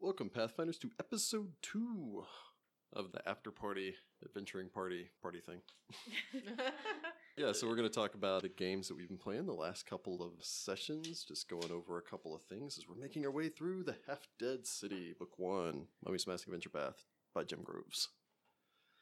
Welcome, Pathfinders, to episode two of the after party, adventuring party, party thing. Yeah, so we're going to talk about the games that we've been playing the last couple of sessions, just going over a couple of things as we're making our way through the Half Dead City, Book One, Mummy's Mask Adventure Path by Jim Groves.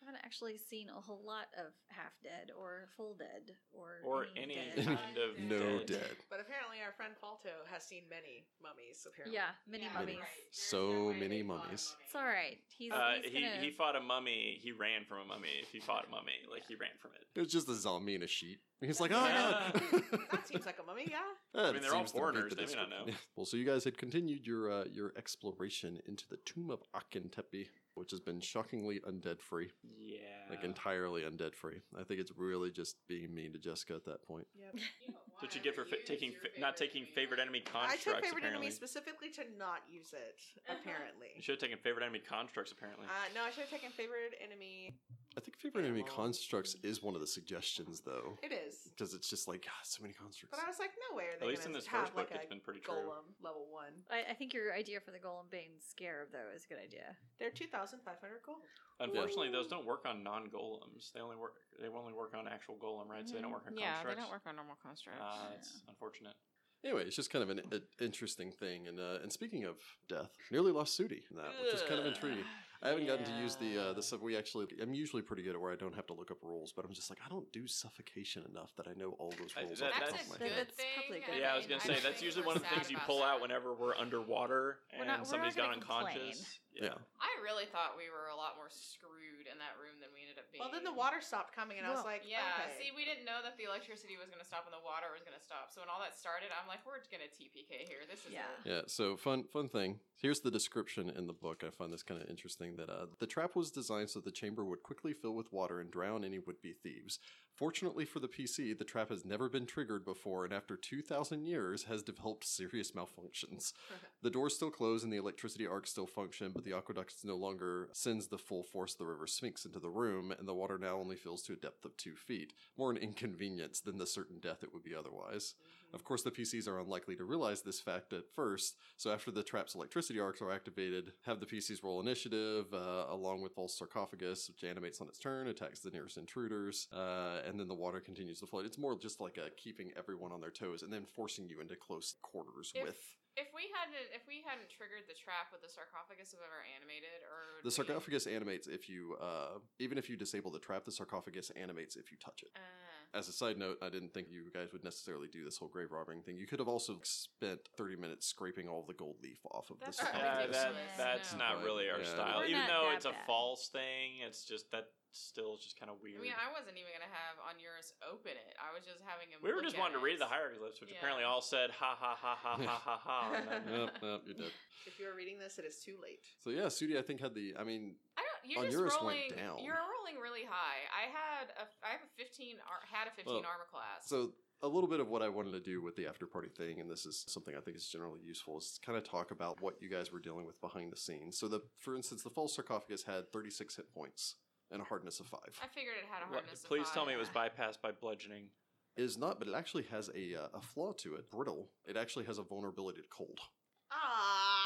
I haven't actually seen a whole lot of half dead or full dead or or any dead. kind of No dead. dead. But apparently, our friend Falto has seen many mummies. Apparently, yeah, mini Yeah, mummies. right. There's So no way many they bought a mummies. mummy. It's all right. He's, Uh, he's he gonna, he fought a mummy. He ran from a mummy. If he fought a mummy, like he ran from it. It was just a zombie in a sheet. He's like, oh, no. that seems like a mummy. Yeah, I mean, they're all foreigners, they may not know. well, so you guys had continued your uh, your exploration into the tomb of Akintepe, which has been shockingly undead free, Yeah. like entirely undead free. I think it's really just being mean to Jessica at that point. yeah. what you get for Whatever, fa- use taking your fa- not taking favorite enemy I constructs? took favorite apparently. enemy specifically to not use it. Uh-huh. you Apparently, should have taken favorite enemy constructs. Apparently. uh, no, I should have taken favorite enemy. I think favorite enemy Animal. constructs is one of the suggestions, though, It is, because it's just like God, so many constructs. but I was like, no way. Are they At least gonna in this have first book, like it's a been pretty true. golem level one. I, I think your idea for the golem bane scarab though is a good idea. They're two thousand five hundred gold. Unfortunately, those don't work on non golems. They only work. They only work on actual golem, right? So they don't work on Yeah, they constructs. don't work on normal constructs. Uh, it's unfortunate. Anyway, it's just kind of an, an interesting thing. And uh, and speaking of death, nearly lost Sudi Uh, in that, which is kind of intriguing. I haven't gotten to use the uh, the sub. We actually, I'm usually pretty good at where I don't have to look up rules, but I'm just like I don't do suffocation enough that I know all those I- rules. that- off the top that's that's of a my good head. That's thing. probably good. I I yeah, I was mean, gonna say think that's usually one we're of the sad things you about pull out that. whenever we're underwater We're and not- we're not somebody's gonna gone unconscious. Yeah. I really thought we were a lot more screwed in that room than we ended up being. Well, then the water stopped coming, and I was Well, like, Yeah, okay. see, we didn't know that the electricity was going to stop and the water was going to stop. So when all that started, I'm like, we're going to TPK here. This is Yeah. yeah. Yeah, so fun fun thing. Here's the description in the book. I find this kind of interesting that uh, the trap was designed so the chamber would quickly fill with water and drown any would-be thieves. Fortunately for the PC, the trap has never been triggered before and after 2000 years has developed serious malfunctions. the doors still close and the electricity arcs still function, but the aqueduct no longer sends the full force of the river Sphinx into the room and the water now only fills to a depth of 2 feet. More an inconvenience than the certain death it would be otherwise. Of course, the PCs are unlikely to realize this fact at first, so after the trap's electricity arcs are activated, have the PCs roll initiative, uh, along with False Sarcophagus, which animates on its turn, attacks the nearest intruders, uh, and then the water continues to flood. It's more just like uh, keeping everyone on their toes and then forcing you into close quarters If- with. If we hadn't, if we hadn't triggered the trap, would the sarcophagus have ever animated? Or would The we- sarcophagus animates if you, uh, even if you disable the trap, the sarcophagus animates if you touch it. Uh, As a side note, I didn't think you guys would necessarily do this whole grave robbing thing. You could have also spent 30 minutes scraping all the gold leaf off of That's the not Yeah, sarcophagus. that, ridiculous. that's No. not really our Yeah. style. We're Even not though that it's a bad. false thing, it's just that still is just kind of weird. I mean, I wasn't even gonna have on yours open it. I was just having him. we were look just at wanting to it. read the hieroglyphs, which Yeah. apparently all said ha ha ha ha ha ha ha. and I'm- Yep, yep, you're dead. if you're reading this, it is too late. So yeah, Sudi, I think had the. I mean, I don't. You're On just yours went rolling. down. You're rolling really high. I had a. I have a 15. ar- Had a 15 Well, armor class. so a little bit of what I wanted to do with the after party thing, and this is something I think is generally useful, is kind of talk about what you guys were dealing with behind the scenes. So the, for instance, the false sarcophagus had 36 hit points and a hardness of five. I figured it had a What- hardness. of Please five. tell me it was bypassed by bludgeoning. It is not, but it actually has a uh, a flaw to it. Brittle. It actually has a vulnerability to cold. Ah,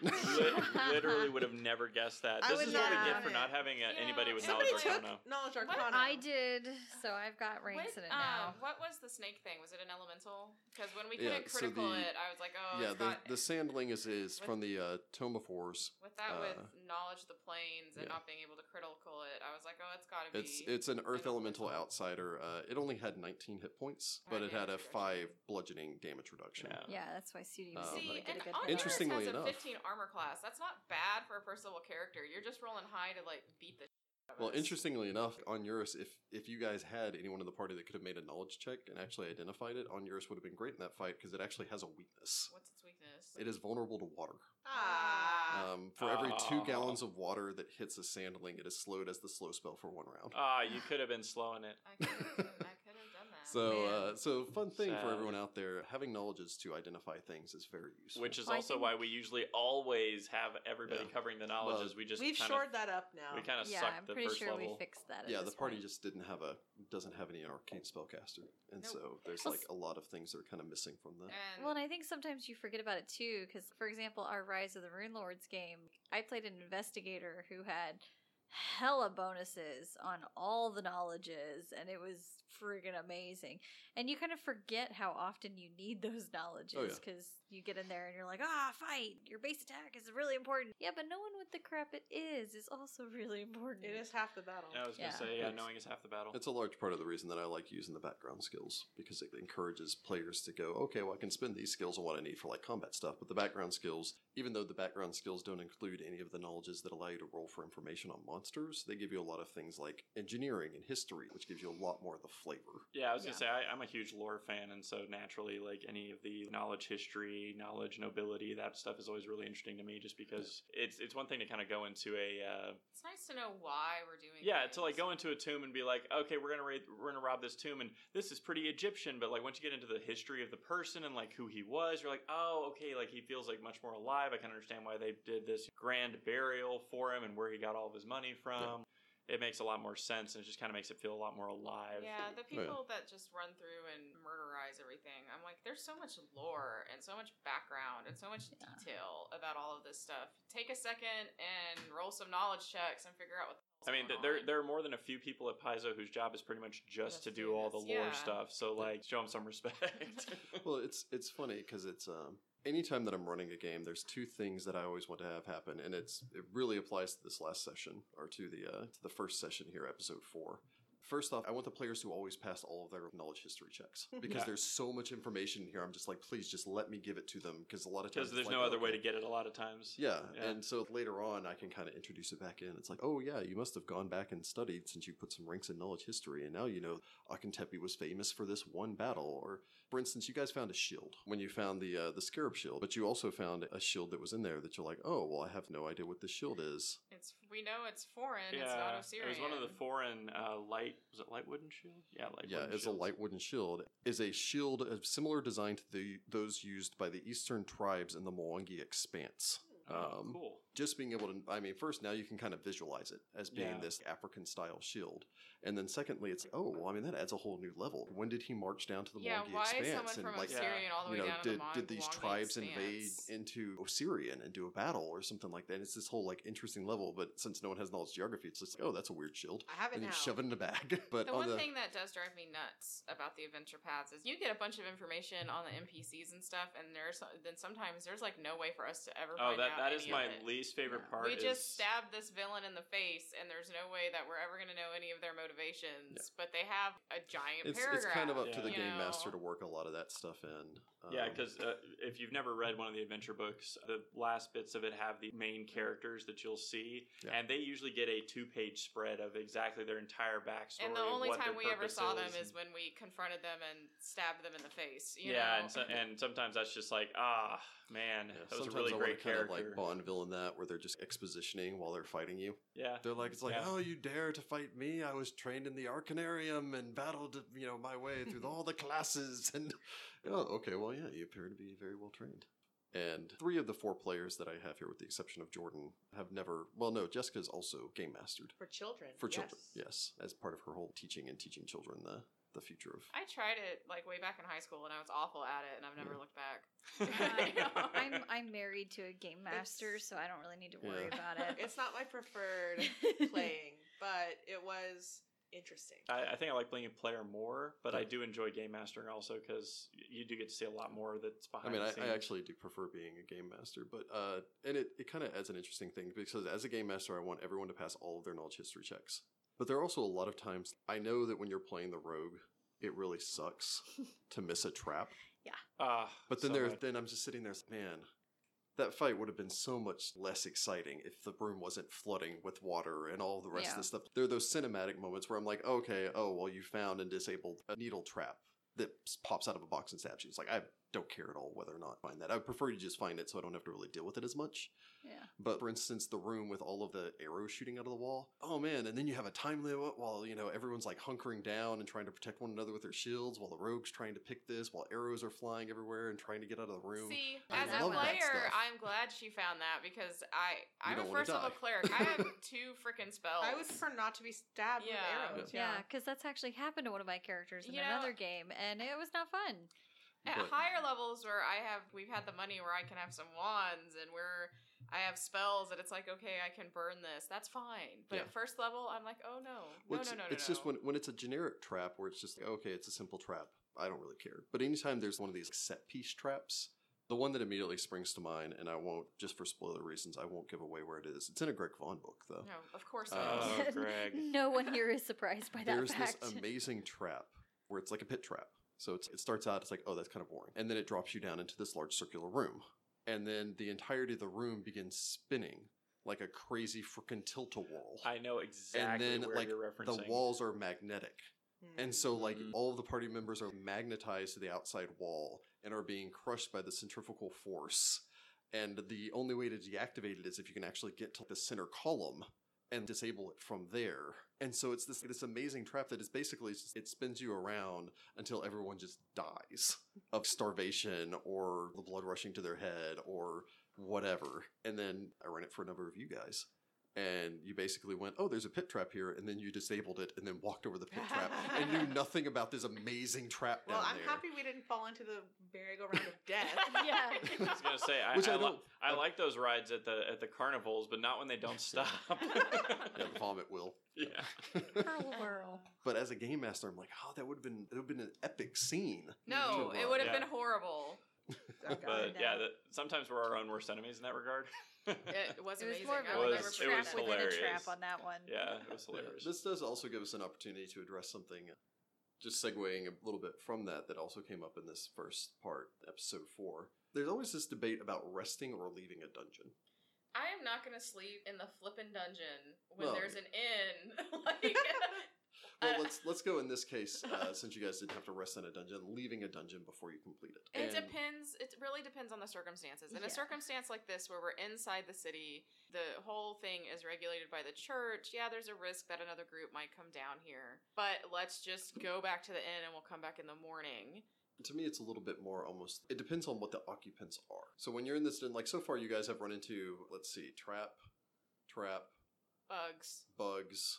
Oh, Lit- literally would have never guessed that. I This would is what we not get have for it. not having uh Yeah. anybody with somebody knowledge took arcana. knowledge What arcana. I did, so I've got What, ranks in it uh, now. what was the snake thing? Was it an elemental? Because when we Yeah, couldn't so critical the- it, I was like, oh, yeah, it's the, got, the sandling is is What- from the uh, tomophores. with that uh, with knowledge of the planes and yeah. not being able to critical it, I was like, oh, it's got to be. It's it's an earth I don't- elemental outsider. Uh, it only had 19 hit points, but it Okay, had a that's good. five bludgeoning damage reduction. Yeah. yeah, that's why Sudi was Um, able to See, get a and good on one. Interestingly yours has enough- a 15 armor class. That's not bad for a first level character. You're just rolling high to like beat the. shit out of Well, us. interestingly enough, on Eurus, if if you guys had anyone in the party that could have made a knowledge check and actually identified it, on Eurus would have been great in that fight because it actually has a weakness. What's its weakness? It is vulnerable to water. Ah. Uh, Um, for every two Ah. gallons of water that hits a sandling, it is slowed as the slow spell for one round. Oh, Ah, you could have been slowing it. I could have done I could have done that. So, man. uh, so fun thing for Sad. everyone out there, having knowledge is to identify things is very useful. Which is Well, I also think- why we usually always have everybody Yeah. covering the knowledge. Well, is we just We've kind shored of, that up now. we kind of yeah, suck I'm the pretty first sure level. we fixed that. At yeah, this the party point. just didn't have a doesn't have any arcane spellcaster, and Nope. so there's Well, like a lot of things that are kind of missing from that. And Well, and I think sometimes you forget about it too, because for example, our Rise of the Rune Lords game, I played an investigator who had hella bonuses on all the knowledges, and it was friggin' amazing. And you kind of forget how often you need those knowledges because you get in there and you're like, ah, fight! Your base attack is really important. Yeah, but knowing what the crap it is is also really important. It is half the battle. I was Yeah. gonna say, yeah, It's- knowing is half the battle. It's a large part of the reason that I like using the background skills because it encourages players to go, okay, well, I can spend these skills on what I need for like combat stuff, but the background skills, even though the background skills don't include any of the knowledges that allow you to roll for information on monsters, they give you a lot of things like engineering and history, which gives you a lot more of the flavor. Yeah, I was gonna Yeah. say I, I'm a huge lore fan, and so naturally, like any of the knowledge, history, knowledge, nobility, that stuff is always really interesting to me, just because it's it's one thing to kind of go into a uh, it's nice to know why we're doing. yeah things. to like go into a tomb and be like, okay, we're gonna raid, we're gonna rob this tomb, and this is pretty Egyptian, but like once you get into the history of the person and like who he was, you're like, oh, okay, like he feels like much more alive. I can understand why they did this grand burial for him and where he got all of his money from. It makes a lot more sense, and it just kind of makes it feel a lot more alive. Yeah, the yeah. people that just run through and murderize everything. I'm like, there's so much lore and so much background and so much Yeah. detail about all of this stuff. Take a second and roll some knowledge checks and figure out what. The I hell's mean, th- going there on. there are more than a few people at Paizo whose job is pretty much just Just to do do all the this, lore yeah. stuff. So like, show them some respect. Well, it's it's funny because it's um, anytime that I'm running a game, there's two things that I always want to have happen, and it's it really applies to this last session or to the uh, to the first session here, episode four. First off, I want the players to always pass all of their knowledge history checks because Yeah. there's so much information here. I'm just like, please, just let me give it to them because a lot of times Because it's there's like, no other way okay. to get it a lot of times. Yeah. Yeah. and so later on, I can kind of introduce it back in. It's like, oh yeah, you must have gone back and studied since you put some ranks in knowledge history, and now you know Akintepi was famous for this one battle. Or, for instance, you guys found a shield when you found the uh, the scarab shield, but you also found a shield that was in there that you're like, oh well, I have no idea what this shield is. It's we know it's foreign. Yeah, It's not it Osirian. was one of the foreign uh, light. Was it light wooden shield? Yeah, light. yeah, wooden it's a shields. light wooden shield. Is a shield of similar design to the those used by the eastern tribes in the Mwangi Expanse. Oh, um, cool. just being able to i mean first now you can kind of visualize it as being Yeah. this african style shield and then secondly it's like oh well i mean that adds a whole new level when did he march down to the yeah, Morgi why is expanse someone from and like Yeah. Osirian all the you way know down to did, the Mon- did these Mwangi tribes expanse? invade into osirian and do a battle or something like that and it's this whole like interesting level but since no one has knowledge geography it's just like oh that's a weird shield I have and it now. you shove it in the bag but The on one the thing that does drive me nuts about the adventure paths is you get a bunch of information on the NPCs and stuff, and there's then sometimes there's like no way for us to ever. Oh, find that out that any is of my it. least favorite Yeah. part. We is- just stabbed this villain in the face, and there's no way that we're ever going to know any of their motivations. But they have a giant it's, paragraph. it's kind of up to Yeah. the you game master to know? work a lot of that stuff in Yeah, Um, because uh, if you've never read one of the adventure books, the last bits of it have the main characters that you'll see, Yeah. and they usually get a two-page spread of exactly their entire backstory. And the only what their time we ever purpose saw them and- is when we confronted them and stabbed them in the face. You yeah, know? and so, and sometimes that's just like ah man, yeah, that was a sometimes really I great want to character. kind of like Bond villain that where they're just expositioning while they're fighting you. yeah, They're like, it's like, Yeah. oh, you dare to fight me? I was trained in the Arcanarium and battled, you know, my way through all the classes. And oh, okay, well, yeah, you appear to be very well trained. And three of the four players that I have here, with the exception of Jordan, have never. Well, no, Jessica's also game mastered for children. for children. yes. Yes, as part of her whole teaching and teaching children the the future of. I tried it like way back in high school, and I was awful at it, and I've never Yeah. looked back. Uh, I'm I'm married to a game master, It's- so I don't really need to worry Yeah. about it. It's not my preferred playing, but it was interesting. I, I think I like playing player more, but I Yeah. do enjoy game mastering also because you do get to see a lot more that's I behind. mean, the I, scenes. I actually do prefer being a game master, but uh, and it, it kind of adds an interesting thing because as a game master, I want everyone to pass all of their knowledge history checks. But there are also a lot of times I know that when you're playing the rogue, it really sucks to miss a trap. Ah, But then so there's much. then I'm just sitting there, it's like, man, that fight would have been so much less exciting if the room wasn't flooding with water and all the rest of Yeah. the stuff. There are those cinematic moments where I'm like, okay, oh well, you found and disabled a needle trap. that s- pops out of a box and stabs you. It's like I don't care at all whether or not I find that. I prefer to just find it so I don't have to really deal with it as much. Yeah. But for instance, the room with all of the arrows shooting out of the wall. Oh man! And then you have a time limit while you know everyone's like hunkering down and trying to protect one another with their shields, while the rogues trying to pick this, while arrows are flying everywhere and trying to get out of the room. See, I as a love that player, stuff. I'm glad she found that because I I'm a don't wanna first level die. cleric. I have two freaking spells. I would prefer not to be stabbed Yeah. with arrows. Yeah, because that's actually happened to one of my characters in You know- another game, and it was not fun. at But- higher levels where I have we've had the money where I can have some wands and where I have spells and it's like okay I can burn this that's fine but Yeah. at first level I'm like oh no Well, no it's no no no it's just no. when when it's a generic trap where it's just like, okay, it's a simple trap. I don't really care. But anytime there's one of these set piece traps, the one that immediately springs to mind, and I won't just for spoiler reasons, I won't give away where it is. It's in a Greg Vaughn book though. no of course Uh, it is. Oh, Greg. no one here is surprised by that There's fact. this amazing trap where it's like a pit trap. So it's, it starts out, it's like, oh, that's kind of boring. And then it drops you down into this large circular room. And then the entirety of the room begins spinning like a crazy freaking tilt a wall. I know exactly then, where like, you're The referencing. walls are magnetic. Hmm. And so, like, Mhm. all of the party members are magnetized to the outside wall and are being crushed by the centrifugal force. And the only way to deactivate it is if you can actually get to the center column and disable it from there. And so it's this this amazing trap that is basically it's just- it spins you around until everyone just dies of starvation or the blood rushing to their head or whatever. And then I ran it for a number of you guys. And you basically went, oh, there's a pit trap here, and then you disabled it, and then walked over the pit trap, and knew nothing about this amazing trap down Well, I'm there. happy we didn't fall into the merry-go-round of death. Yeah. I was gonna say I, Which I, I li- don't- I like those rides at the at the carnivals, but not when they don't stop. Yeah, the vomit will. Yeah. Pearl Whirl. But as a game master, I'm like, oh, that would have been that would have been an epic scene. no Too it long. would have Yeah. been horrible That guy, But yeah, no. that, sometimes we're our own worst enemies in that regard. it was It was amazing more of I a, would like, never was- a it forget trap was it. within a trap hilarious. on that one. yeah, it was Yeah, hilarious. This does also give us an opportunity to address something, just segueing a little bit from that, that also came up in this first part, episode four. There's always this debate about resting or leaving a dungeon. I am not gonna sleep in the flippin' dungeon when Well- there's an inn like Well, Uh, let's let's go in this case, uh, since you guys didn't have to rest in a dungeon, leaving a dungeon before you complete it. It And- depends. It really depends on the circumstances. In Yeah. a circumstance like this, where we're inside the city, the whole thing is regulated by the church. Yeah, there's a risk that another group might come down here, but let's just go back to the inn and we'll come back in the morning. to me it's a little bit more almost it depends on what the occupants are so when you're in this den like so far you guys have run into let's see trap trap Bugs. bugs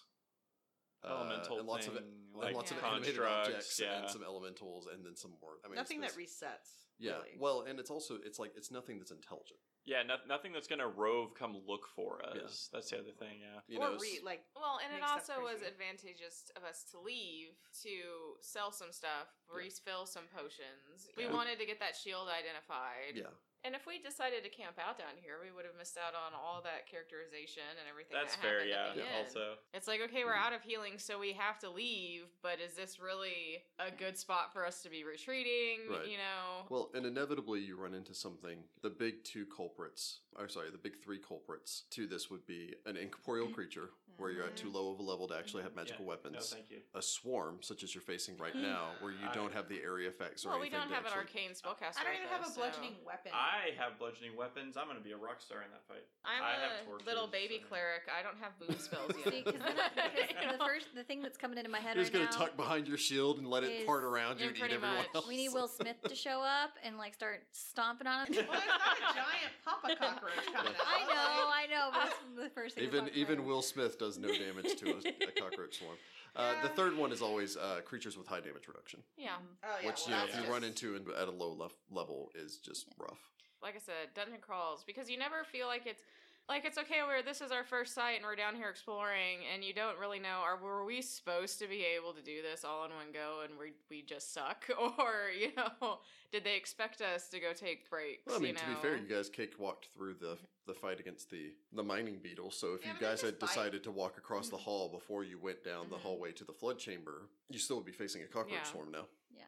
uh, Elemental and lots of thing, and like lots of Yeah. animated objects constructs. Yeah. and some elementals and then some more i mean it's Nothing that this- resets. yeah really. well and it's also it's like it's nothing that's intelligent Yeah, no, nothing that's gonna rove come look for us. That's the other thing. Yeah. you or know s- re- like Well, and it Makes that also was crazy. advantageous of us to leave to sell some stuff, Yeah. refill some potions. Yeah. We wanted to get that shield identified. yeah And if we decided to camp out down here, we would have missed out on all that characterization and everything. That's that fair. happened Yeah. at the end. Also. Mm-hmm. It's like, okay, we're out of healing, so we have to leave, but is this really a good spot for us to be retreating? Right. You know? Well, and inevitably you run into something. The big two culprits, or sorry, the big three culprits to this would be an incorporeal creature, where you're at too low of a level to actually have magical weapons. Mm-hmm. No, thank you. a swarm such as you're facing right now, where you I- don't have the area effects or Well, we anything. don't to have an actually- arcane spellcaster. I don't even right, have a though, bludgeoning so- weapon. I have bludgeoning weapons. I'm gonna be a rock star in that fight. I'm I have a torches, little baby so- cleric. I don't have boom spells yet. See, because the first the thing that's coming into my head You're just right gonna now, tuck behind your shield and let it is- part around you yeah, and eat pretty everyone much. else. we need Will Smith to show up and like start stomping on it. well, there's not a giant papa cockroach coming out. I know, I know, but it's the first thing. that even popped in my even head. Will Smith does no damage to a, a cockroach swarm. Uh, The Yeah. third one is always uh, creatures with high damage reduction, yeah. Oh, yeah, which well, you know that's if you just- run into and at a low lef- level is just rough. Like I said, dungeon crawls, because you never feel like it's. Like it's okay, where this is our first site and we're down here exploring, and you don't really know, are were we supposed to be able to do this all in one go, and we we just suck, or you know, did they expect us to go take breaks? Well, I mean, you know? to be fair, you guys cakewalked through the the fight against the the mining beetle. So if Mm-hmm. Yeah, you but they guys just had bite. Mm-hmm. decided to walk across the hall before you went down the Mhm. hallway to the flood chamber, you still would be facing a cockroach Yeah. swarm now. Yeah.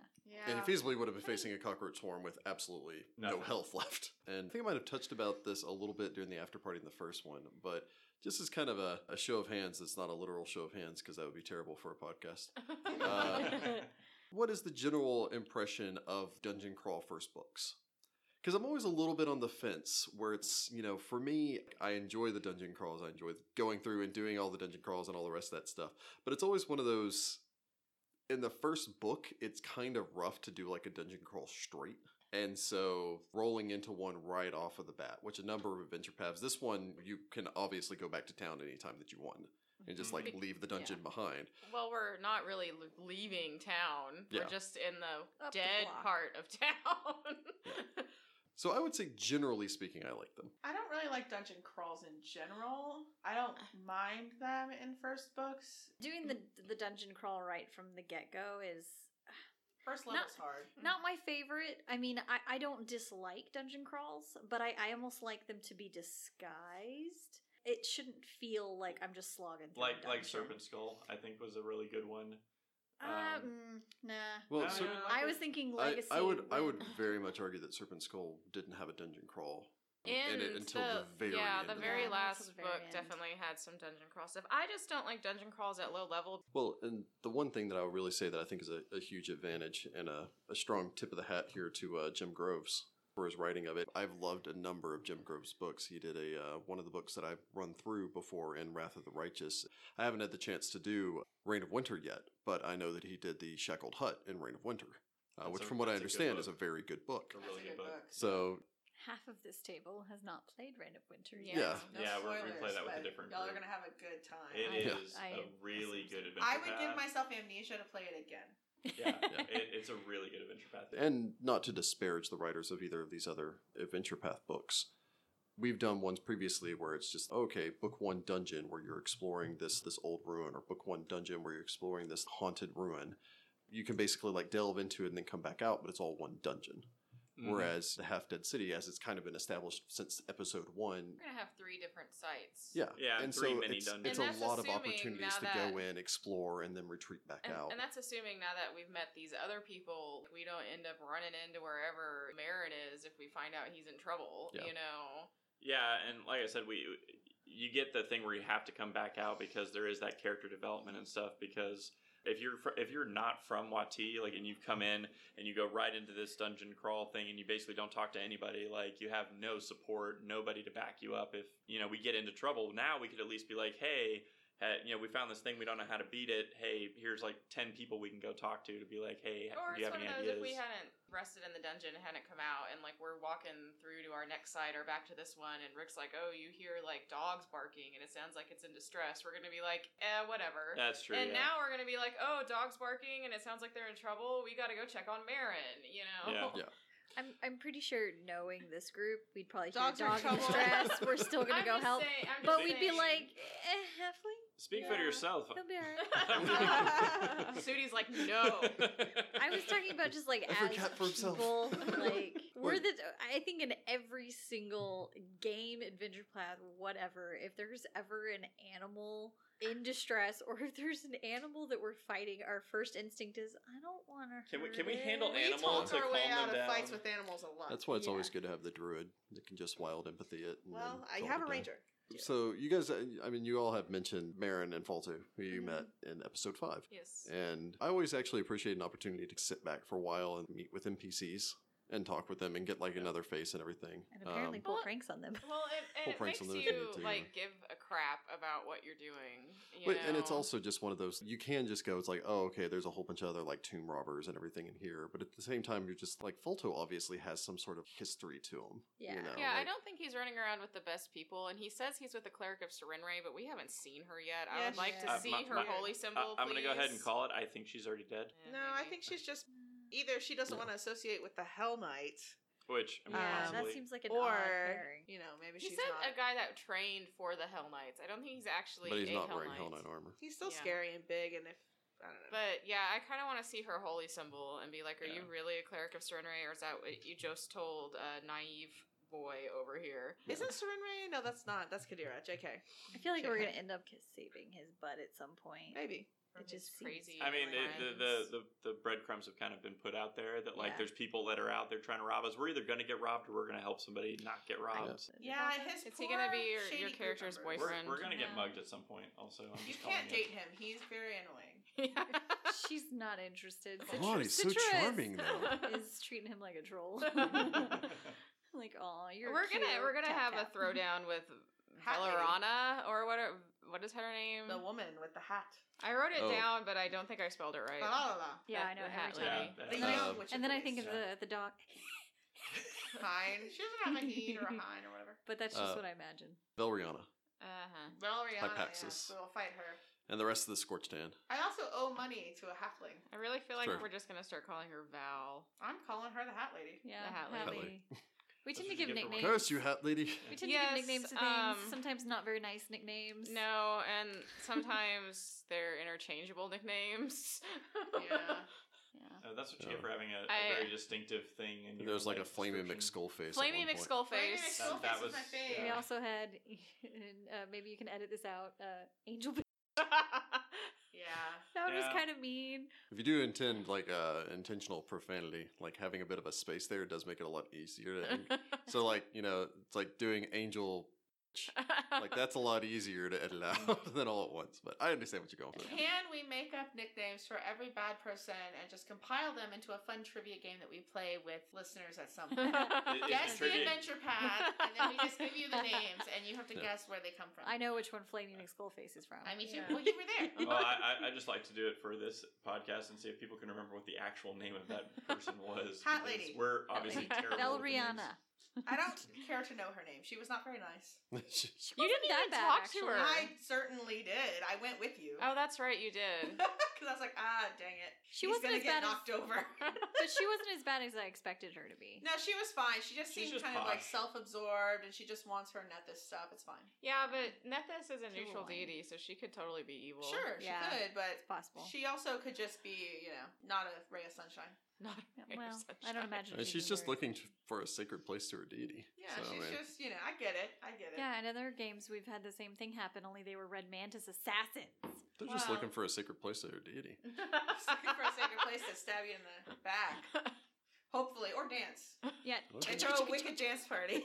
And yeah. you feasibly would have been facing a cockroach swarm with absolutely no Nothing. health left. And I think I might have touched about this a little bit during the after party in the first one, but just as kind of a, a show of hands, it's not a literal show of hands because that would be terrible for a podcast. Uh, What is the general impression of Dungeon Crawl first books? Because I'm always a little bit on the fence where it's, you know, for me, I enjoy the dungeon crawls. I enjoy going through and doing all the dungeon crawls and all the rest of that stuff. But it's always one of those, in the first book, it's kind of rough to do like a dungeon crawl straight. And so rolling into one right off of the bat, which a number of adventure paths, this one you can obviously go back to town anytime that you want and just like Mhm. leave the dungeon behind. Well, we're not really l- leaving town. Yeah. We're just in the Up the dead block. part of town. So I would say, generally speaking, I like them. I don't really like dungeon crawls in general. I don't mind them in first books. Doing the the dungeon crawl right from the get go is First Not- level's hard. not my favorite. I mean, I, I don't dislike dungeon crawls, but I, I almost like them to be disguised. It shouldn't feel like I'm just slogging through a Like like dungeon. Serpent Skull, I think was a really good one. Uh, um, mm, nah. Well, I so- don't know. I was thinking I, legacy. I would I would when- very much argue that Serpent Skull didn't have a dungeon crawl um, Ends, yeah, end the of very Yeah, it. last until the very book end. definitely had some dungeon crawl stuff. I just don't like dungeon crawls at low level. Well, and the one thing that I would really say that I think is a, a huge advantage and a, a strong tip of the hat here to uh, Jim Groves for his writing of it. I've loved a number of Jim Groves books. He did a uh, one of the books that I've run through before in Wrath of the Righteous. I haven't had the chance to do Reign of Winter yet, but I know that he did the Shackled Hut in Reign of Winter, uh, That's which, a- from what I that's a good understand, is a book. very good book. A That's really a good book. So Half of this table has not played Random Winter yet. Yeah. Yeah, we're- we play spoilers, that with a but different Y'all are group. gonna have a good time. It I- is Yeah. I- a really good adventure. I would give path. myself amnesia to play it again. Yeah, Yeah. it, it's a really good adventure path. and not to disparage the writers of either of these other adventure path books we've done ones previously where it's just okay book one dungeon where you're exploring this this old ruin or book one dungeon where you're exploring this haunted ruin you can basically like delve into it and then come back out but it's all one dungeon Mm-hmm. whereas the half dead city as it's kind of been established since episode one We're gonna have three different sites. yeah Yeah, and three so mini it's, dungeons. it's And a that's lot of assuming opportunities now to that- go in explore and then retreat back And, out and that's assuming now that we've met these other people, we don't end up running into wherever Marin is if we find out he's in trouble. Yeah. You know, Yeah, and like I said, we you get the thing where you have to come back out because there is that character development and stuff. Because if you're fr- if you're not from Wati, like, and you've come in and you go right into this dungeon crawl thing, and you basically don't talk to anybody, like, you have no support, nobody to back you up. If you know we get into trouble, now we could at least be like, hey. Uh, you know, we found this thing. We don't know how to beat it. Hey, here's like ten people we can go talk to to be like, hey, or do you it's have one any of ideas? those if we hadn't rested in the dungeon and hadn't come out, and like we're walking through to our next site or back to this one, and Rick's like, "Oh, you hear like dogs barking, and it sounds like it's in distress." We're gonna be like, "Eh, whatever." That's true. and yeah. now we're gonna be like, "Oh, dogs barking, and it sounds like they're in trouble. We gotta go check on Marin." You know. Yeah. Yeah. I'm, I'm pretty sure knowing this group, we'd probably hear Dogs are dog in trouble. distress. We're still gonna I'm go just help, saying- I'm just but we'd be saying. like, eh, halfling, Speak for Yeah. yourself. he'll be alright. Sudi's like, "No." I was talking about just like Every as cat for himself. people, like we're Wait. the. I think in every single game, adventure path, whatever, if there's ever an animal in distress, or if there's an animal that we're fighting, our first instinct is, I don't want to. Can we- can we handle We Animal talk to our way calm out them of down. fights with animals a lot. that's why it's Yeah. always good to have the druid that can just wild empathy it and well, then I solve have it a down. ranger. too. So you guys, uh, I mean, you all have mentioned Marin and Falto, who you Mhm. met in episode five, yes. and I always actually appreciate an opportunity to sit back for a while and meet with NPCs and talk with them and get like another face and everything. And apparently, Um, pull Well, pranks on them. Well, it, and Pull it pranks makes on those you people, too. like give a crap about what you're doing. You but- and it's know? also just one of those you can just go. It's like, oh, okay, there's a whole bunch of other like tomb robbers and everything in here, but at the same time, you're just like Falto obviously has some sort of history to him. Yeah. you know, yeah. I like- don't think he's running around with the best people, and he says he's with the cleric of Serenray, but we haven't seen her yet. I Yeah, would like she to is. see Uh, my- her my- holy symbol. I, am gonna go ahead and please. call it. I think she's already dead. Yeah, No, I maybe. think she's just either she doesn't Yeah. want to associate with the Hell Knight, Which I mean, yeah, Um, that possibly. seems like an or odd pairing. you know, maybe He she's said not. a guy that trained for the Hell Knights. I don't think he's actually. but he's a not Hell wearing Knight. Hell Knight armor. He's still Yeah. scary and big, and if I don't know, But yeah, I kind of want to see her holy symbol and be like, "Are you Yeah. really a cleric of Serenray, or is that what you just told uh, naive boy over here?" isn't Serenray? No, that's not. That's Kadira. J.K. I feel like we're Okay. gonna end up saving his butt at some point. Maybe. From It his just seems- crazy. I mean, lines. it, the, the the the breadcrumbs have kind of been put out there that like Yeah. there's people that are out there trying to rob us. We're either gonna get robbed or we're gonna help somebody not get I- robbed. Yeah, his. Is he gonna poor, be your- your shady group character's members. We're, boyfriend? we're gonna get Yeah. mugged at some point. Also, I'm You just calling can't it. date him. He's very annoying. She's not interested. Citrus, God, he's so Citrus charming, though. Is treating him like a troll. like, oh, you're. we're cute. gonna we're gonna Tap, have tap. a throwdown with Hat lady. Valerana or what? Are, what is her name? Mm-hmm. The woman with the hat. I wrote it Oh. down, but I don't think I spelled it right. La, la, la, la. Yeah, That- I know the every hat time. lady. The Uh, young witch And of the then I think of East. the the dog, Hine. She doesn't have a heen or a hine or whatever. but that's just Uh, what I imagine. Belriana, Uh huh. Valeriana, yeah, Hypaxis. so we'll fight her. and the rest of the Scorched Hand. I also owe money to a halfling. I really feel like Sure. we're just gonna start calling her Val. I'm calling her the hat lady. Yeah, hat hat lady. lady. We That's tend to what give you get for nicknames. wearing- Curse you, Hat Lady. We tend Yes, to give nicknames to things. um, sometimes not very nice nicknames. No, and sometimes they're interchangeable nicknames. Yeah. Yeah. Uh, that's what you Yeah. get for having a, a I- very distinctive thing. In your There's like a flaming flaming McSkullface. Flaming at one point. McSkullface. Flaming That- that McSkullface was my was- fave. We Yeah. also had, and, uh, maybe you can edit this out. Uh, Angel, Ba- Yeah. that one Yeah. was kind of mean. If you do intend like uh, intentional profanity, like having a bit of a space there does make it a lot easier. To so like you know, it's like doing angel. Like that's a lot easier to edit out than all at once. But I understand what you're going for. Can we make up nicknames for every bad person and just compile them into a fun trivia game that we play with listeners at some point? Is guess the trivia- adventure path, and then we just give you the names, and you have to Yeah. guess where they come from. I know which one Flaming McSkullface is from. I mean, Yeah. you, well, you were there. Well, I, I, I just like to do it for this podcast and see if people can remember what the actual name of that person was. Hat because lady. We're obviously lady. terrible. at the names. Belriana. I don't care to know her name. She was not very nice. She- wasn't You didn't that even bad, talk actually. to her. I certainly did. I went with you. Oh, that's right, you did. Because I was like, ah, dang it. She He's gonna wasn't as get bad as- knocked over. but she wasn't as bad as I expected her to be. no, she was fine. She just She's seemed just kind of like posh. self-absorbed, and she just wants her net this stuff. It's fine. Yeah, but Nethys is a She neutral will whine. deity, so she could totally be evil. Sure, Yeah. she could, but It's possible. she also could just be, you know, not a ray of sunshine. Not Yeah, a ray of well, I don't sunshine. imagine. I mean, she's anything just very- looking t- for a sacred place to her deity. Yeah, So, I she's mean, just, you know, I get it. I get it. Yeah, in other games we've had the same thing happen. Only they were Red Mantis assassins. they're just Wow. looking for a sacred place to their deity. Just looking for a sacred place to stab you in the back. Hopefully, or dance. Yeah. They throw a wicked dance party.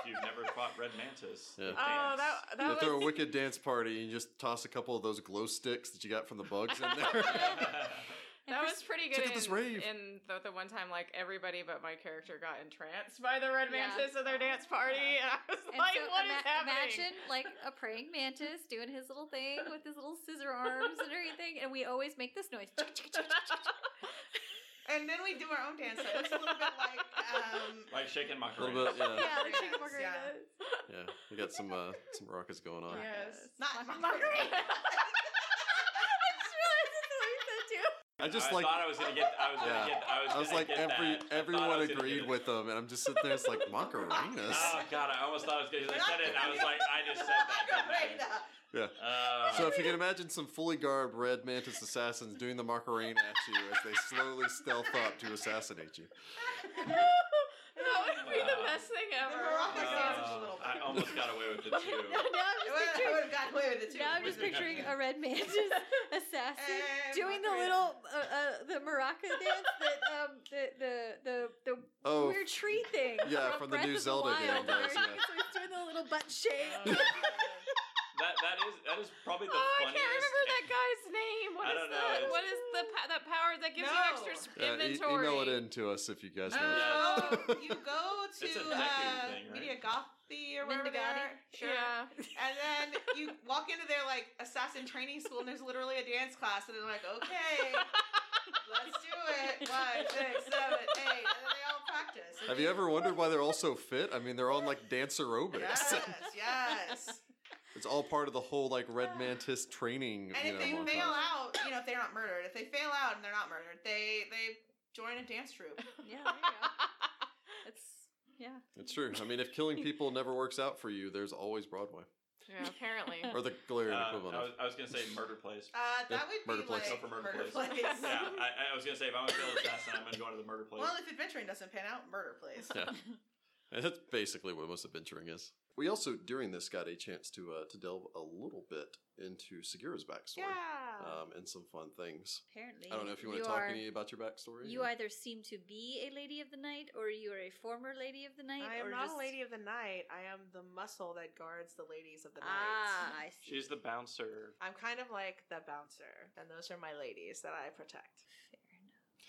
If you've never fought Red Mantis, Yeah. they Oh, that dance. They that throw was a wicked dance party and you just toss a couple of those glow sticks that you got from the bugs in there. And that for was pretty good. Check in, out this rave. in the, the one time, like everybody but my character got entranced by the red Yeah. mantis at their dance party, and I was And like, so "What is ima- happening?" imagine like a praying mantis doing his little thing with his little scissor arms and everything, and we always make this noise. and then we do our own dance. So it's a little bit like, um, like shaking my a little bit, yeah. yeah, the chicken Yes, margaritas. yeah. Yeah, we got some uh, some rockets going on. Yes. not Margarita. Margarita. I I just realized that's what we said too. just like thought I was gonna get. I was Yeah. gonna get. I was, I was gonna like get every that. I thought I was everyone gonna get agreed it. with them, and I'm just sitting there. It's like Macarenas. Oh god, I almost thought I was gonna. 'cause I said it, and I was like, I just said that. didn't Margarita. I? Uh, So if you can imagine some fully garbed red mantis assassins doing the Macarena at you as they slowly stealth up to assassinate you. that would be the Wow. best thing ever. Morocco uh, dance is a little I bit- almost got away with it too. Now I'm I just would- I picturing. would have gotten away with it too. Now I'm just Wizard. picturing a red mantis assassin And doing the Macarena. little uh, uh, the maraca dance that um the the the, the Oh, weird tree thing. yeah, from the Breath new of Zelda Wild, game, where guys, he yeah. was doing the little butt Oh, shake. God. That that is that is probably the Oh, I funniest. can't remember that guy's name. What I is don't know, that? it's- What is the pa- that power that gives you No. extra sp- Yeah, e- inventory? email it in to us if you guys know. it. No, Yeah. you go to It's a uh, Deku thing, right? Media Gothy or wherever they Mindigatti? are. Sure. Yeah. And then you walk into their like assassin training school, and there's literally a dance class, and they're like, "Okay, let's do it. One, six, seven, eight, and then they all practice. Have you ever wondered why they're all so fit? I mean, they're on like dance aerobics. Yes, yes. It's all part of the whole like red mantis training. And you if know, they montage. fail out, you know, if they're not murdered, if they fail out and they're not murdered, they they join a dance troupe. Yeah, there you go. It's yeah. It's true. I mean, if killing people never works out for you, there's always Broadway yeah, apparently. or the Galarian Uh, equivalent. I Of. was, I was gonna say murder place. Uh, Yeah, that would murder be place. like Go for murder place. place. yeah, I, I was gonna say if I'm a kill assassin, I'm gonna go into the murder place. Well, if adventuring doesn't pan out, murder place. Yeah. And that's basically what most adventuring is. We also, during this, got a chance to uh, to delve a little bit into Segura's backstory Yeah. um, and some fun things. Apparently, I don't know if you want to talk any about your backstory. You or- either seem to be a lady of the night, or you are a former lady of the night. I am or not just... a lady of the night. I am the muscle that guards the ladies of the Ah, night. I see. She's the bouncer. I'm kind of like the bouncer, and those are my ladies that I protect,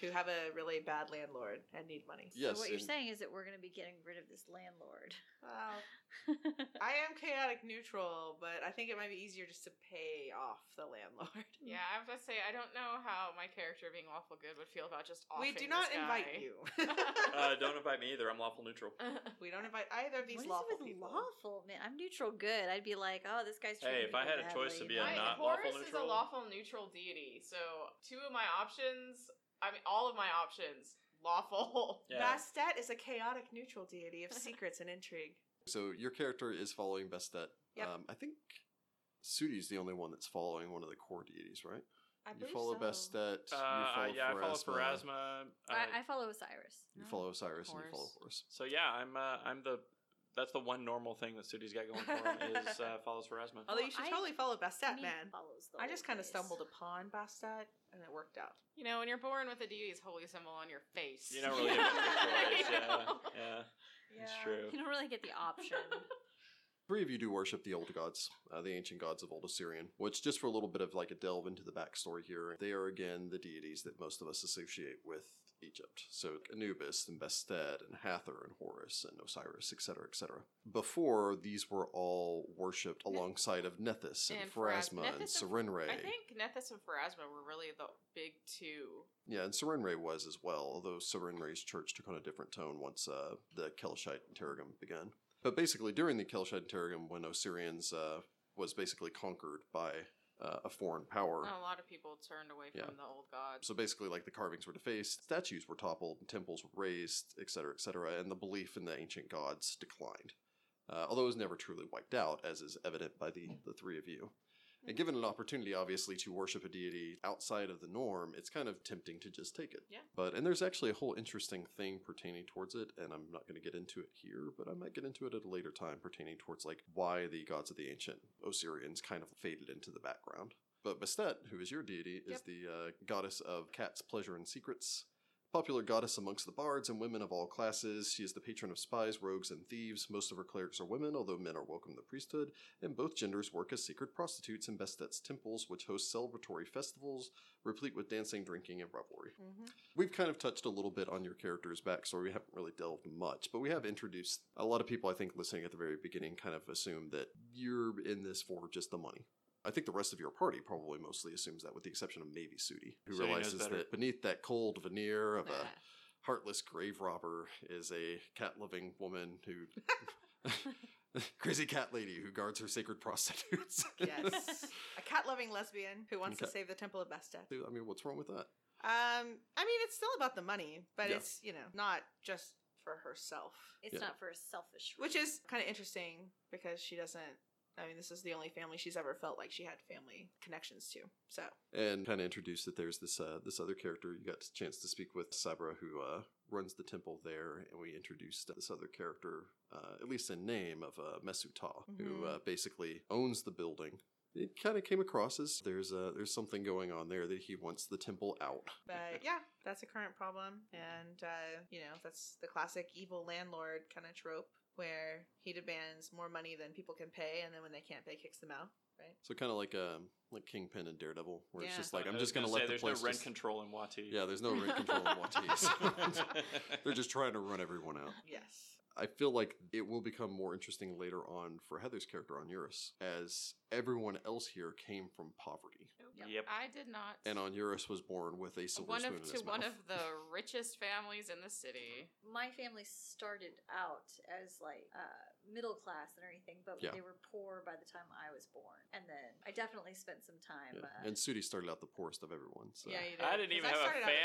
who have a really bad landlord and need money. Yes. so what you're and- saying is that we're going to be getting rid of this landlord. Well, I am chaotic neutral, but I think it might be easier just to pay off the landlord. Yeah, I have to say, I don't know how my character being lawful good would feel about just offing we do not this invite guy. you. Uh, don't invite me either. I'm lawful neutral. Uh, we don't invite either of these what is lawful it with people. lawful man? I'm neutral good. I'd be like, oh, this guy's. Hey, treating if I me had a choice to badly, be a but- My- not Horus lawful is a neutral? lawful neutral deity, so two of my options, I mean, all of my options, lawful. Yeah. Bastet is a chaotic neutral deity of secrets and intrigue. So your character is following Bestet. Yep. Um, I think Sudi's the only one that's following one of the core deities, right? I you believe follow so. Bestet. you Uh, follow yeah, I follow Pharasma, Pharasma. Uh, I, I follow Osiris. You follow Osiris and you follow Horus. Horus. so yeah, I'm uh, I'm the that's the one normal thing that Sudi's got going for him is uh, follows Pharasma. Although you should I- totally follow Bastet, Me man. follows the I whole just kind of place. stumbled upon Bastet, and it worked out. You know, when you're born with a deity's holy symbol on your face. You don't really have a choice. Yeah, yeah, it's true. You don't really get the option. Three of you do worship the old gods, uh, the ancient gods of Old Assyrian, which, just for a little bit of like a delve into the backstory here, they are again the deities that most of us associate with Egypt. So Anubis and Bestet and Hathor and Horus and Osiris, etc., etc. Before, these were all worshipped Ne- alongside of Nethys and, and Pharas- Pharasma and Nethys and- Serenre. I think Nethys and Pharasma were really the big two. Yeah, and Serenre was as well, although Serenre's church took on a different tone once uh, the Kelshite interregnum began. But basically, during the Kelshite interregnum, when Osirians uh, was basically conquered by uh, a foreign power, A lot of people turned away Yeah. from the old gods. so basically, like the carvings were defaced, statues were toppled, and temples were raised, etc., etc., and the belief in the ancient gods declined. Uh, although it was never truly wiped out, as is evident by the, the three of you. And given an opportunity, obviously, to worship a deity outside of the norm, it's kind of tempting to just take it. Yeah. But and there's actually a whole interesting thing pertaining towards it, and I'm not going to get into it here, but I might get into it at a later time pertaining towards like why the gods of the ancient Osirians kind of faded into the background. But Bastet, who is your deity, is Yep. the uh, goddess of cats, pleasure, and secrets. Popular goddess amongst the bards and women of all classes, she is the patron of spies, rogues, and thieves. Most of her clerics are women, although men are welcome to the priesthood and both genders work as secret prostitutes in Bestet's temples, which host celebratory festivals replete with dancing, drinking, and revelry. Mm-hmm. We've kind of touched a little bit on your character's backstory. We haven't really delved much, but we have introduced a lot of people, I think, listening at the very beginning kind of assume that you're in this for just the money. I think the rest of your party probably mostly assumes that, with the exception of maybe Sudi, who Sudi knows realizes better. that beneath that cold veneer of a heartless grave robber is a cat loving woman who crazy cat lady who guards her sacred prostitutes. Yes, a cat-loving lesbian who wants to Okay. save the temple of Bastet. Dude, I mean, what's wrong with that? Um, I mean, it's still about the money, but Yeah. it's you know not just for herself, It's Yeah. not for a selfish. which is kind of interesting because she doesn't. I mean, this is the only family she's ever felt like she had family connections to. So And kind of introduced that there's this uh, this other character you got a chance to speak with Sabra who uh, runs the temple there, and we introduced this other character, uh, at least in name, of uh, Mesuta, who Mhm. uh, basically owns the building. It kind of came across as there's uh, there's something going on there that he wants the temple out. But yeah, that's a current problem. And, uh, you know, that's the classic evil landlord kind of trope where he demands more money than people can pay. And then when they can't pay, kicks them out. Right. So kind of like um like Kingpin and Daredevil, where it's Yeah. just like I I'm was just gonna, say let the there's place. no rent just- control in Wati. Yeah, there's no rent control in Watee. so They're just trying to run everyone out. Yes. I feel like it will become more interesting later on for Heather's character on Eurus, as everyone else here came from poverty, Yep. I did not. and on Eurus was born with a silver one spoon of in to his one mouth. of the richest families in the city. my family started out as like uh, middle class and everything, but Yeah. they were poor by the time I was born. And then I definitely spent some time. Yeah. Uh, And Sudi started out the poorest of everyone. So. Yeah, you did. I didn't 'Cause even I have a started out okay.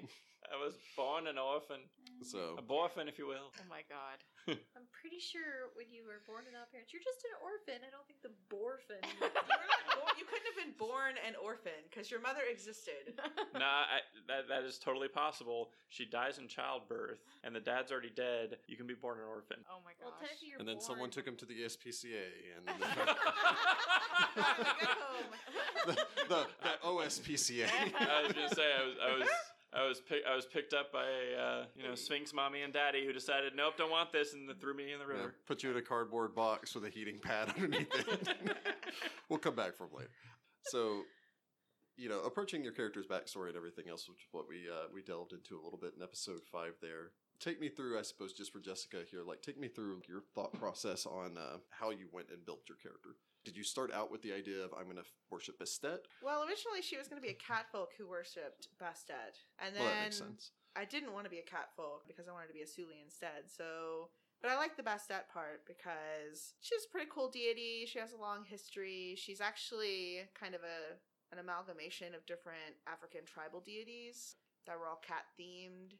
family. I was born an orphan, So a boyfriend, if you will. Oh my god. I'm pretty sure when you were born without parents, you're just an orphan. I don't think the borphan. You, were not born, you couldn't have been born an orphan because your mother existed. Nah, I, that, that is totally possible. She dies in childbirth, and the dad's already dead. You can be born an orphan. Oh my well, gosh. technically, you're and then born. someone took him to the E SPCA and then Not in a good home. the, the, the, the OSPCA. I was gonna say I was I was I was pick, I was picked up by a uh, you know Sphinx mommy and daddy who decided nope don't want this and then threw me in the Yeah, river. put you in a cardboard box with a heating pad underneath it. we'll come back from later. So, you know, approaching your character's backstory and everything else, which is what we uh, we delved into a little bit in episode five. There, take me through, I suppose, just for Jessica here. Like, take me through your thought process on uh, how you went and built your character. Did you start out with the idea of I'm going to worship Bastet? Well, originally she was going to be a catfolk who worshipped Bastet, and Well, that then makes sense. I didn't want to be a catfolk because I wanted to be a Suli instead. So, but I like the Bastet part because she's a pretty cool deity. She has a long history. She's actually kind of a an amalgamation of different African tribal deities that were all cat themed.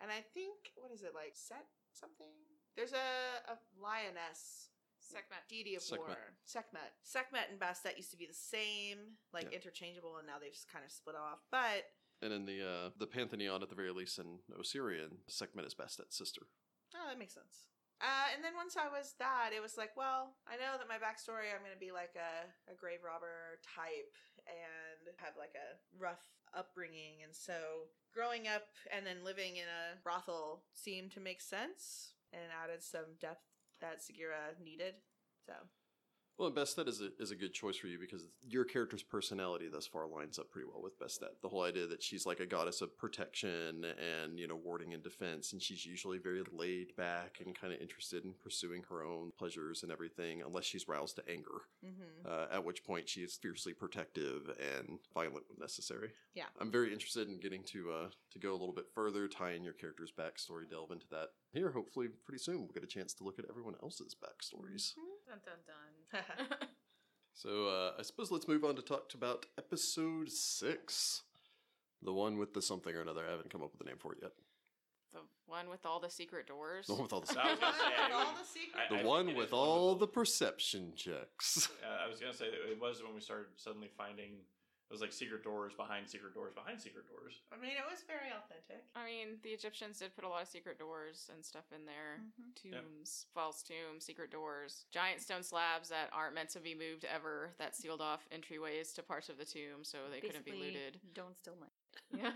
And I think what is it like Set something? There's a, a lioness Sekhmet. deity of Sekhmet. war. Sekhmet. Sekhmet and Bastet used to be the same, like Yeah. interchangeable, and now they've just kind of split off. But And in the uh, the Pantheon, at the very least, in Osirian, Sekhmet is Bastet's sister. Oh, that makes sense. Uh, and then once I was that, it was like, well, I know that my backstory, I'm going to be like a, a grave robber type and have like a rough upbringing. And so growing up and then living in a brothel seemed to make sense and added some depth that Segura needed. So, Well, and Bastet is a, is a good choice for you because your character's personality thus far lines up pretty well with Bastet. The whole idea that she's like a goddess of protection and, you know, warding and defense, and she's usually very laid back and kind of interested in pursuing her own pleasures and everything, unless she's roused to anger, mm-hmm. uh, at which point she is fiercely protective and violent when necessary. Yeah. I'm very interested in getting to uh, to go a little bit further, tie in your character's backstory, delve into that here. Hopefully, pretty soon we'll get a chance to look at everyone else's backstories. Mm-hmm. Dun dun dun. So uh, I suppose let's move on to talk about episode six, the one with the something or another. I haven't come up with a name for it yet. the one with all the secret doors. The one with all the I was gonna say, I all wouldn't- the secrets. the I- one it with is one all of the perception checks. Uh, I was gonna say that it was when we started suddenly finding it was like secret doors behind secret doors behind secret doors. I mean, it was very authentic. I mean, the Egyptians did put a lot of secret doors and stuff in there. Mhm. Yep. Tombs, false tombs, secret doors, giant stone slabs that aren't meant to be moved ever that sealed off entryways to parts of the tomb so they couldn't be Basically, looted. Don't steal my. Yeah.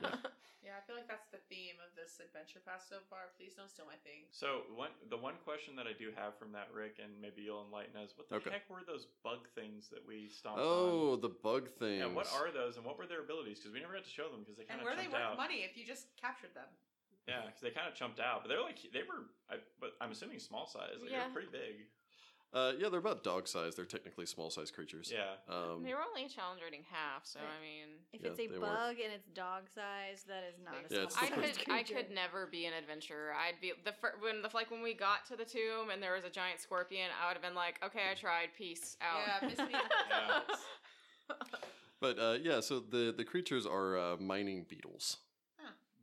Yeah, I feel like that's the theme of this adventure pass so far. Please don't steal my things. So one the one question that I do have from that Rick and maybe you'll enlighten us. What the Okay. heck were those bug things that we stomped on? Oh, the bug thing. Yeah, what are those and what were their abilities? Because we never got to show them because they And kind of were they jumped worth out. money if you just captured them? Yeah, because they kind of chumped out, but they're like they were, I, but I'm assuming small size. Like, Yeah. They're pretty big. Uh, yeah, they're about dog size. They're technically small size creatures. Yeah, Um, they were only challenge rating half, so I mean. If Yeah, it's a they bug weren't. and it's dog size, that is not a Yeah, it's small I the could size I creature. could never be an adventurer. I'd be the fir- when the like when we got to the tomb and there was a giant scorpion. I would have been like, okay, I tried. Peace out. Yeah, miss me. Yeah. But uh, yeah, so the the creatures are uh, mining beetles.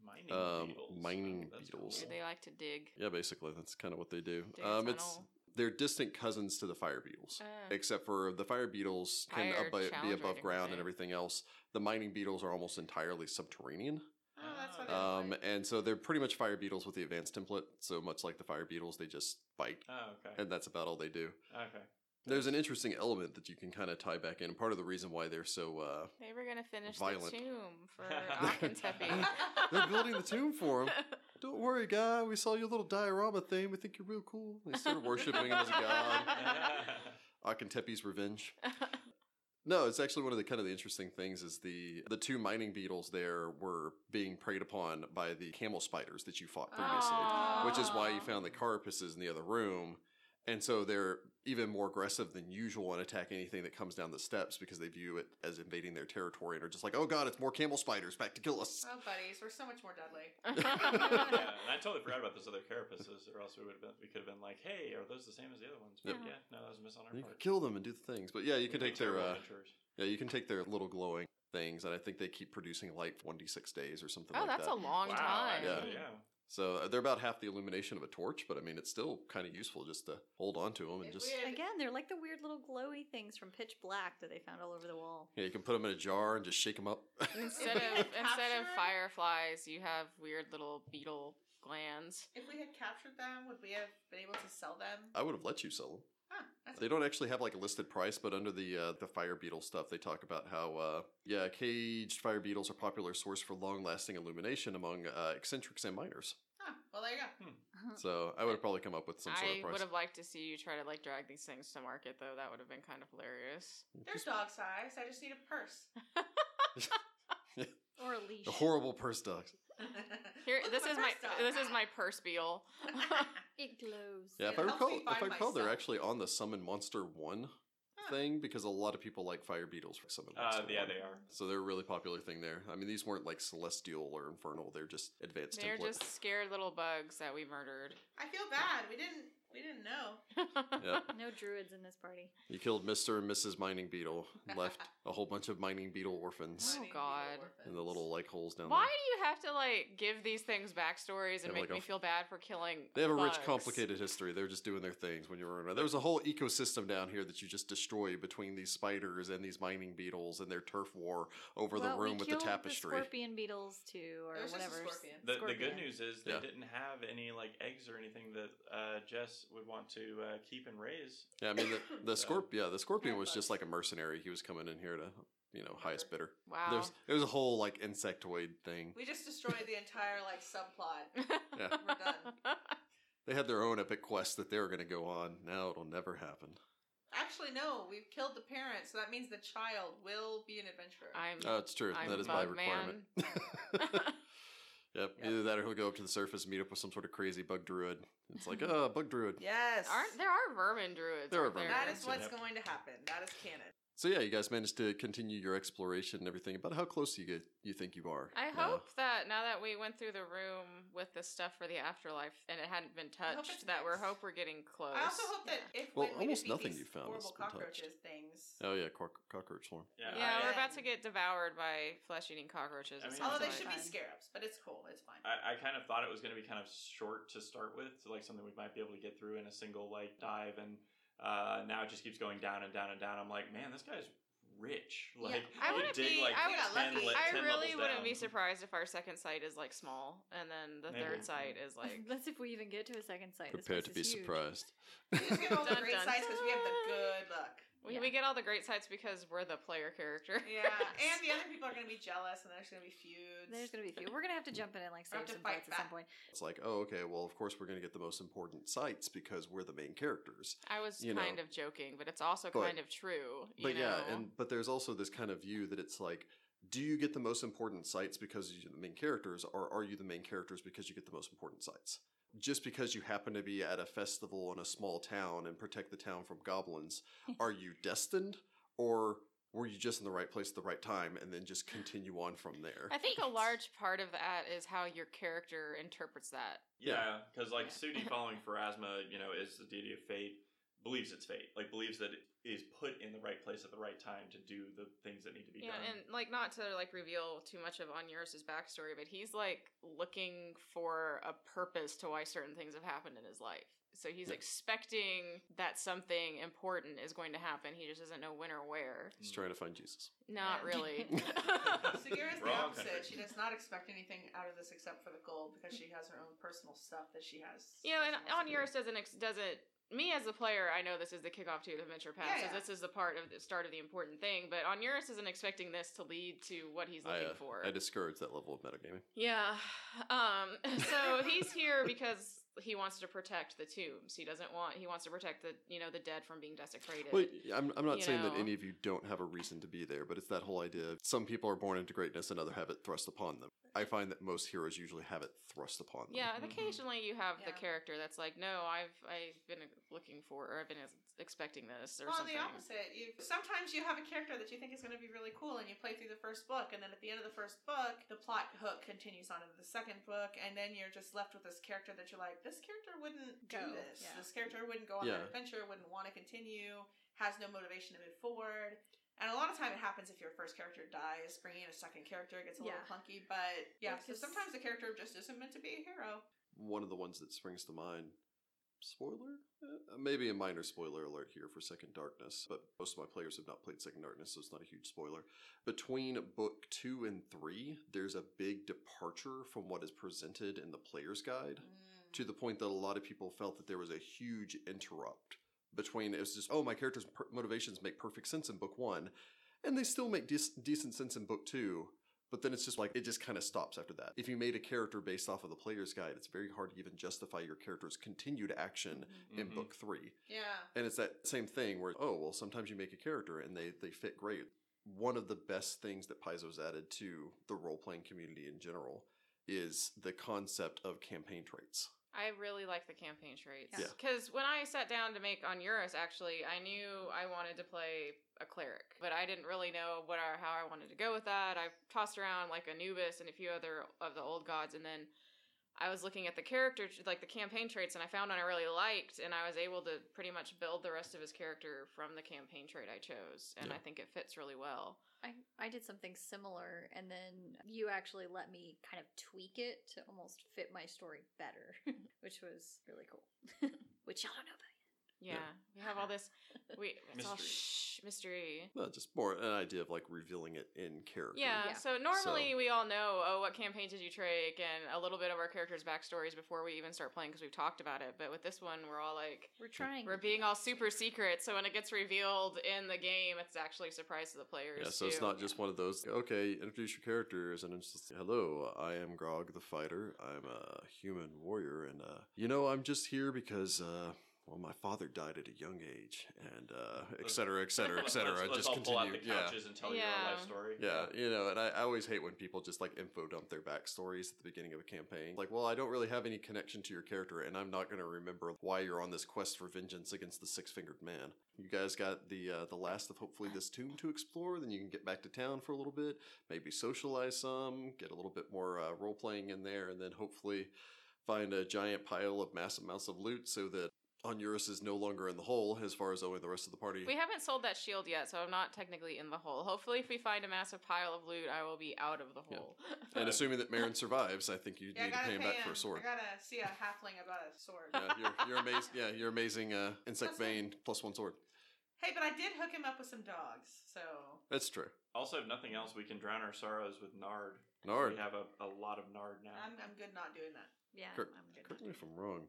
mining Um, beetles. mining That's beetles. Do they like to dig? Yeah, basically that's kind of what they do. Dig a Um, it's tunnel? they're distant cousins to the fire beetles. Uh, except for the fire beetles can Fire abo- be challenge above rating, ground and right? everything else. The mining beetles are almost entirely subterranean, Oh, that's what I um, and so they're pretty much fire beetles with the advanced template. So much like the fire beetles, they just bite, Oh, okay. and that's about all they do. okay. There's an interesting element that you can kind of tie back in. Part of the reason why they're so uh, they were gonna finish violent. the tomb for Akintepi. they're building the tomb for him. Don't worry, guy. We saw your little diorama thing. We think you're real cool. They started worshiping him as a god. Akintepi's revenge. No, it's actually one of the kind of the interesting things is the the two mining beetles there were being preyed upon by the camel spiders that you fought previously, Aw. which is Ah. why you found the carapaces in the other room. And so they're even more aggressive than usual and attack anything that comes down the steps because they view it as invading their territory and are just like, "Oh God, it's more camel spiders back to kill Ah. us." Oh, buddies, we're so much more deadly. yeah, and I totally forgot about those other carapaces, or else we would have been we could have been like, hey, are those the same as the other ones? But Yep. yeah, no, that was a miss on our You can part. kill them and do the things, but yeah, you can We're take their terrible uh, adventurers. yeah, you can take their little glowing things, and I think they keep producing light 1d6 days or something Oh, like that's that. a long wow, time. actually, yeah. Yeah. So uh, they're about half the illumination of a torch, but I mean, it's still kind of useful just to hold on to them and It just. weird. Again, they're like the weird little glowy things from Pitch Black that they found all over the wall. Yeah, you can put them in a jar and just shake them up. Instead If we of had instead of captured- fireflies, you have weird little beetle glands. If we had captured them, would we have been able to sell them? I would have let you sell them. Huh, that's Uh, They don't actually have like a listed price, but under the uh, the fire beetle stuff, they talk about how uh, yeah, caged fire beetles are a popular source for long lasting illumination among uh, eccentrics and miners. huh. Well, there you go. So I would have probably come up with some sort I of would price. have liked to see you try to like drag these things to market, though. That would have been kind of hilarious. There's dog size. I just need a purse. Or a leash. The horrible purse dogs. Here, Look, this is my purse dog. this is my purse beetle. it glows. Yeah, It if I helps recall, me if I find recall, they're myself. actually on the summon monster one Huh. thing because a lot of people like fire beetles for summon Uh, monster. yeah, one. they are. So they're a really popular thing there. I mean, these weren't like celestial or infernal; they're just advanced They're template. just scared little bugs that we murdered. I feel bad. We didn't. We didn't know. Yeah. No druids in this party. You killed Mister and Mrs. Mining Beetle, and left a whole bunch of mining beetle orphans. Oh, Mining God. beetle and the little like holes down Why there. do you have to like give these things backstories Oh, They have, and like, make a- me feel bad for killing? They have a rich, bugs? complicated history. They're just doing their things when you were around. There was a whole ecosystem down here that you just destroyed between these spiders and these mining beetles and their turf war over well, the room with the killed tapestry. scorpion beetles too, or It was just a whatever. scorpion. The, the Scorpion. good news is they Yeah. didn't have any like eggs or anything that uh, Jess would want to uh, keep and raise. yeah, I mean the, the So- scorp yeah, the scorpion Yeah, was just like bugs. a mercenary. He was coming in here to you know, highest bidder. Wow. There's there's a whole like insectoid thing. We just destroyed the entire like subplot. Yeah. We're done. They had their own epic quest that they were gonna go on. Now it'll never happen. Actually, no. We've killed the parent, so that means the child will be an adventurer. I'm. Oh, it's true. Mm. I'm that is my Bug requirement. Man. yep. Either that or he'll go up to the surface, meet up with some sort of crazy bug druid. It's like, oh, bug druid. yes. Aren't there are vermin druids? There are aren't vermin That druids, is what's Yep. going to happen. That is canon. So yeah, you guys managed to continue your exploration and everything. About how close you get, you think you are? I now? hope that now that we went through the room with the stuff for the afterlife and it hadn't been I hope it's touched, that we're nice. hope we're getting close. I also hope that if Oh, Well, when we almost defeat nothing you these found has horrible been touched. cockroaches things. Oh yeah, cock cockroach swarm. Yeah, Yeah. we're Yeah. about to get devoured by flesh-eating cockroaches. I mean- it sounds Although they like. should be fine. scarabs, but it's cool. It's fine. I, I kind of thought it was going to be kind of short to start with, so like something we might be able to get through in a single like dive, and uh, now it just keeps going down and down and down. I'm like, man, this guy's rich. Like, I you wouldn't dig, be- like, I would- 10 lucky. le- I 10 really levels wouldn't down. be surprised if our second site is like small, and then the Maybe. third site is like That's if we even get to a second site. This Prepared place to be is huge. surprised. We just get all the Dun, great dun, sites because we have the dun. good luck. we, Yeah. we get all the great sites because we're the player character. Yeah, and the other people are going to be jealous, and there's going to be feuds. There's gonna be a few. We're gonna have to jump in and like We'll save have to some fight fights at some back. point. It's like, oh, okay, well, of course we're gonna get the most important sites because we're the main characters. I was You kind know. of joking, but it's also But- kind of true. You But know? yeah, and but there's also this kind of view that it's like, do you get the most important sites because you're the main characters, or are you the main characters because you get the most important sites? Just because you happen to be at a festival in a small town and protect the town from goblins, are you destined, or were you just in the right place at the right time and then just continue on from there? I think a large part of that is how your character interprets that. Yeah, because like Yeah. Sudi following Pharasma, you know, is the deity of fate, believes it's fate, like believes that it is put in the right place at the right time to do the things that need to be Yeah, done. and like not to like reveal too much of on yours' backstory, but he's like looking for a purpose to why certain things have happened in his life. So he's Yeah. expecting that something important is going to happen. He just doesn't know when or where. Mm-hmm. He's trying to find Jesus. Not Yeah. really. Sagira is the Wrong opposite. country. She does not expect anything out of this except for the gold because she has her own personal stuff that she has. you know, and that she wants on to yours do. doesn't ex- doesn't me as the player. I know this is the kickoff to the adventure path. Yeah, So yeah. this is the part of the start of the important thing. But on yours isn't expecting this to lead to what he's I, looking uh, for. I discourage that level of metagaming. Yeah. Um, so he's here because he wants to protect the tombs. He doesn't want. He wants to protect the you know the dead from being desecrated. Well, I'm, I'm not you saying that know. any of you don't have a reason to be there, but it's that whole idea of some people are born into greatness and other have it thrust upon them. I find that most heroes usually have it thrust upon them. yeah, and Mhm. occasionally you have the Yeah. character that's like, no, I've I've been looking for or I've been expecting this or Well, on something. the opposite, you sometimes you have a character that you think is going to be really cool, and you play through the first book, and then at the end of the first book, the plot hook continues on into the second book, and then you're just left with this character that you're like, this character wouldn't do Go, this. yeah. This character wouldn't go on Yeah. that adventure. Wouldn't want to continue. Has no motivation to move forward. And a lot of time it happens if your first character dies, bringing in a second character gets a little Yeah. clunky. But yeah, so Because- sometimes the character just isn't meant to be a hero. One of the ones that springs to mind. Spoiler? Uh, maybe a minor spoiler alert here for Second Darkness, but most of my players have not played Second Darkness, so it's not a huge spoiler. Between book two and three, there's a big departure from what is presented in the player's guide. to the point that a lot of people felt that there was a huge interrupt between it was just oh my character's per- motivations make perfect sense in book one and they still make dec decent sense in book two but then it's just like it just kind of stops after that if you made a character based off of the player's guide it's very hard to even justify your character's continued action in Mhm. book three Mm. Yeah. and it's that same thing where oh well sometimes you make a character and they they fit great one of the best things that paizo's added to the role-playing community in general is the concept of campaign traits I really like the campaign traits. Yeah. Because when I sat down to make on Eurus, actually, I knew I wanted to play a cleric, but I didn't really know what or how I wanted to go with that. I tossed around like Anubis and a few other of the old gods, and then I was looking at the character, like the campaign traits, and I found one I really liked, and I was able to pretty much build the rest of his character from the campaign trait I chose, and Yeah. I think it fits really well. I, I did something similar, and then you actually let me kind of tweak it to almost fit my story better, which was really cool. which y'all don't know about. Yeah, we have all this. We it's all Mystery. shh, mystery. No, just more an idea of like revealing it in character. Yeah, Yeah. so normally we all know, oh, what campaign did you take, and a little bit of our characters' backstories before we even start playing because we've talked about it. But with this one, we're all like, We're trying. we're being all super secret. So when it gets revealed in the game, it's actually a surprise to the players. Yeah, so it's too. not just one of those. Okay, introduce your characters, and it's just hello. I am Grog the fighter. I'm a human warrior, and uh, you know I'm just here because uh, well, my father died at a young age, and uh, et Let's- cetera, et cetera, et Let's- cetera. Let's, let's just all pull out continue. the Yeah, couches and tell your Yeah. life story. yeah, you know. And I, I always hate when people just like info dump their backstories at the beginning of a campaign. Like, well, I don't really have any connection to your character, and I'm not going to remember why you're on this quest for vengeance against the six fingered man. You guys got the uh, the last of hopefully this tomb to explore. Then you can get back to town for a little bit, maybe socialize some, get a little bit more uh, role playing in there, and then hopefully find a giant pile of mass amounts of loot so that Onuris is no longer in the hole as far as owing the rest of the party. We haven't sold that shield yet, so I'm not technically in the hole. Hopefully, if we find a massive pile of loot, I will be out of the Yeah. hole. and assuming that Marin survives, I think you Yeah, I need to gotta pay him back for a him. sword. I gotta see a halfling about a sword. yeah, your, your amazing, yeah, your amazing uh, insect That's it. vein plus one sword. Hey, but I did hook him up with some dogs, so That's true. Also, if nothing else, we can drown our sorrows with Nard. Nard. We have a, a lot of Nard now. Um, I'm, I'm good not doing that. yeah, Kirk- I'm good. Correct me if I'm wrong.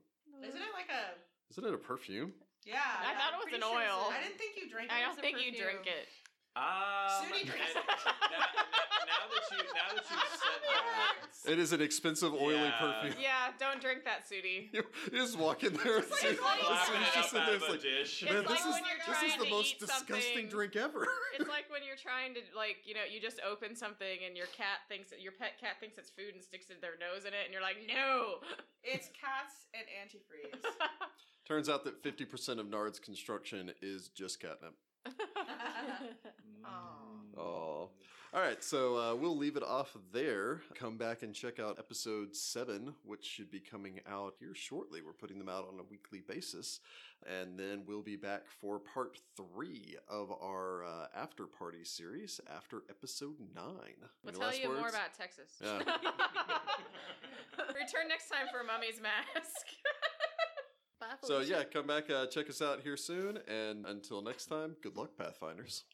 Isn't it like a Isn't it a perfume? yeah? Mm. I thought it was pretty an it's a- oil. I didn't think you drank it. It I don't was a think you drink perfume. it. Ah, Snooty and- drinks. now, now- now that you now that you've said that, It is an expensive, oily Yeah. perfume. Yeah, don't drink that, Sudie. You, you just walk in there and It's see, like as laughing soon as it you up sit out there, of it's a like, dish. It's man, like this is when you're this is trying the to most eat disgusting something. drink ever. It's like when you're trying to like, you know, you just open something and your cat thinks that your pet cat thinks it's food and sticks their nose in it and you're like, "No." It's cats and antifreeze. Turns out that fifty percent of Nard's construction is just catnip. Aw. Oh. Mm. All right, so uh, we'll leave it off there. Come back and check out episode seven, which should be coming out here shortly. We're putting them out on a weekly basis. And then we'll be back for part three of our uh, after party series after episode nine. we'll Any tell last you more words? about Texas. Yeah. Return next time for Mummy's Mask. Bye, So, Felicia. yeah, come back, uh, check us out here soon. And until next time, good luck, Pathfinders.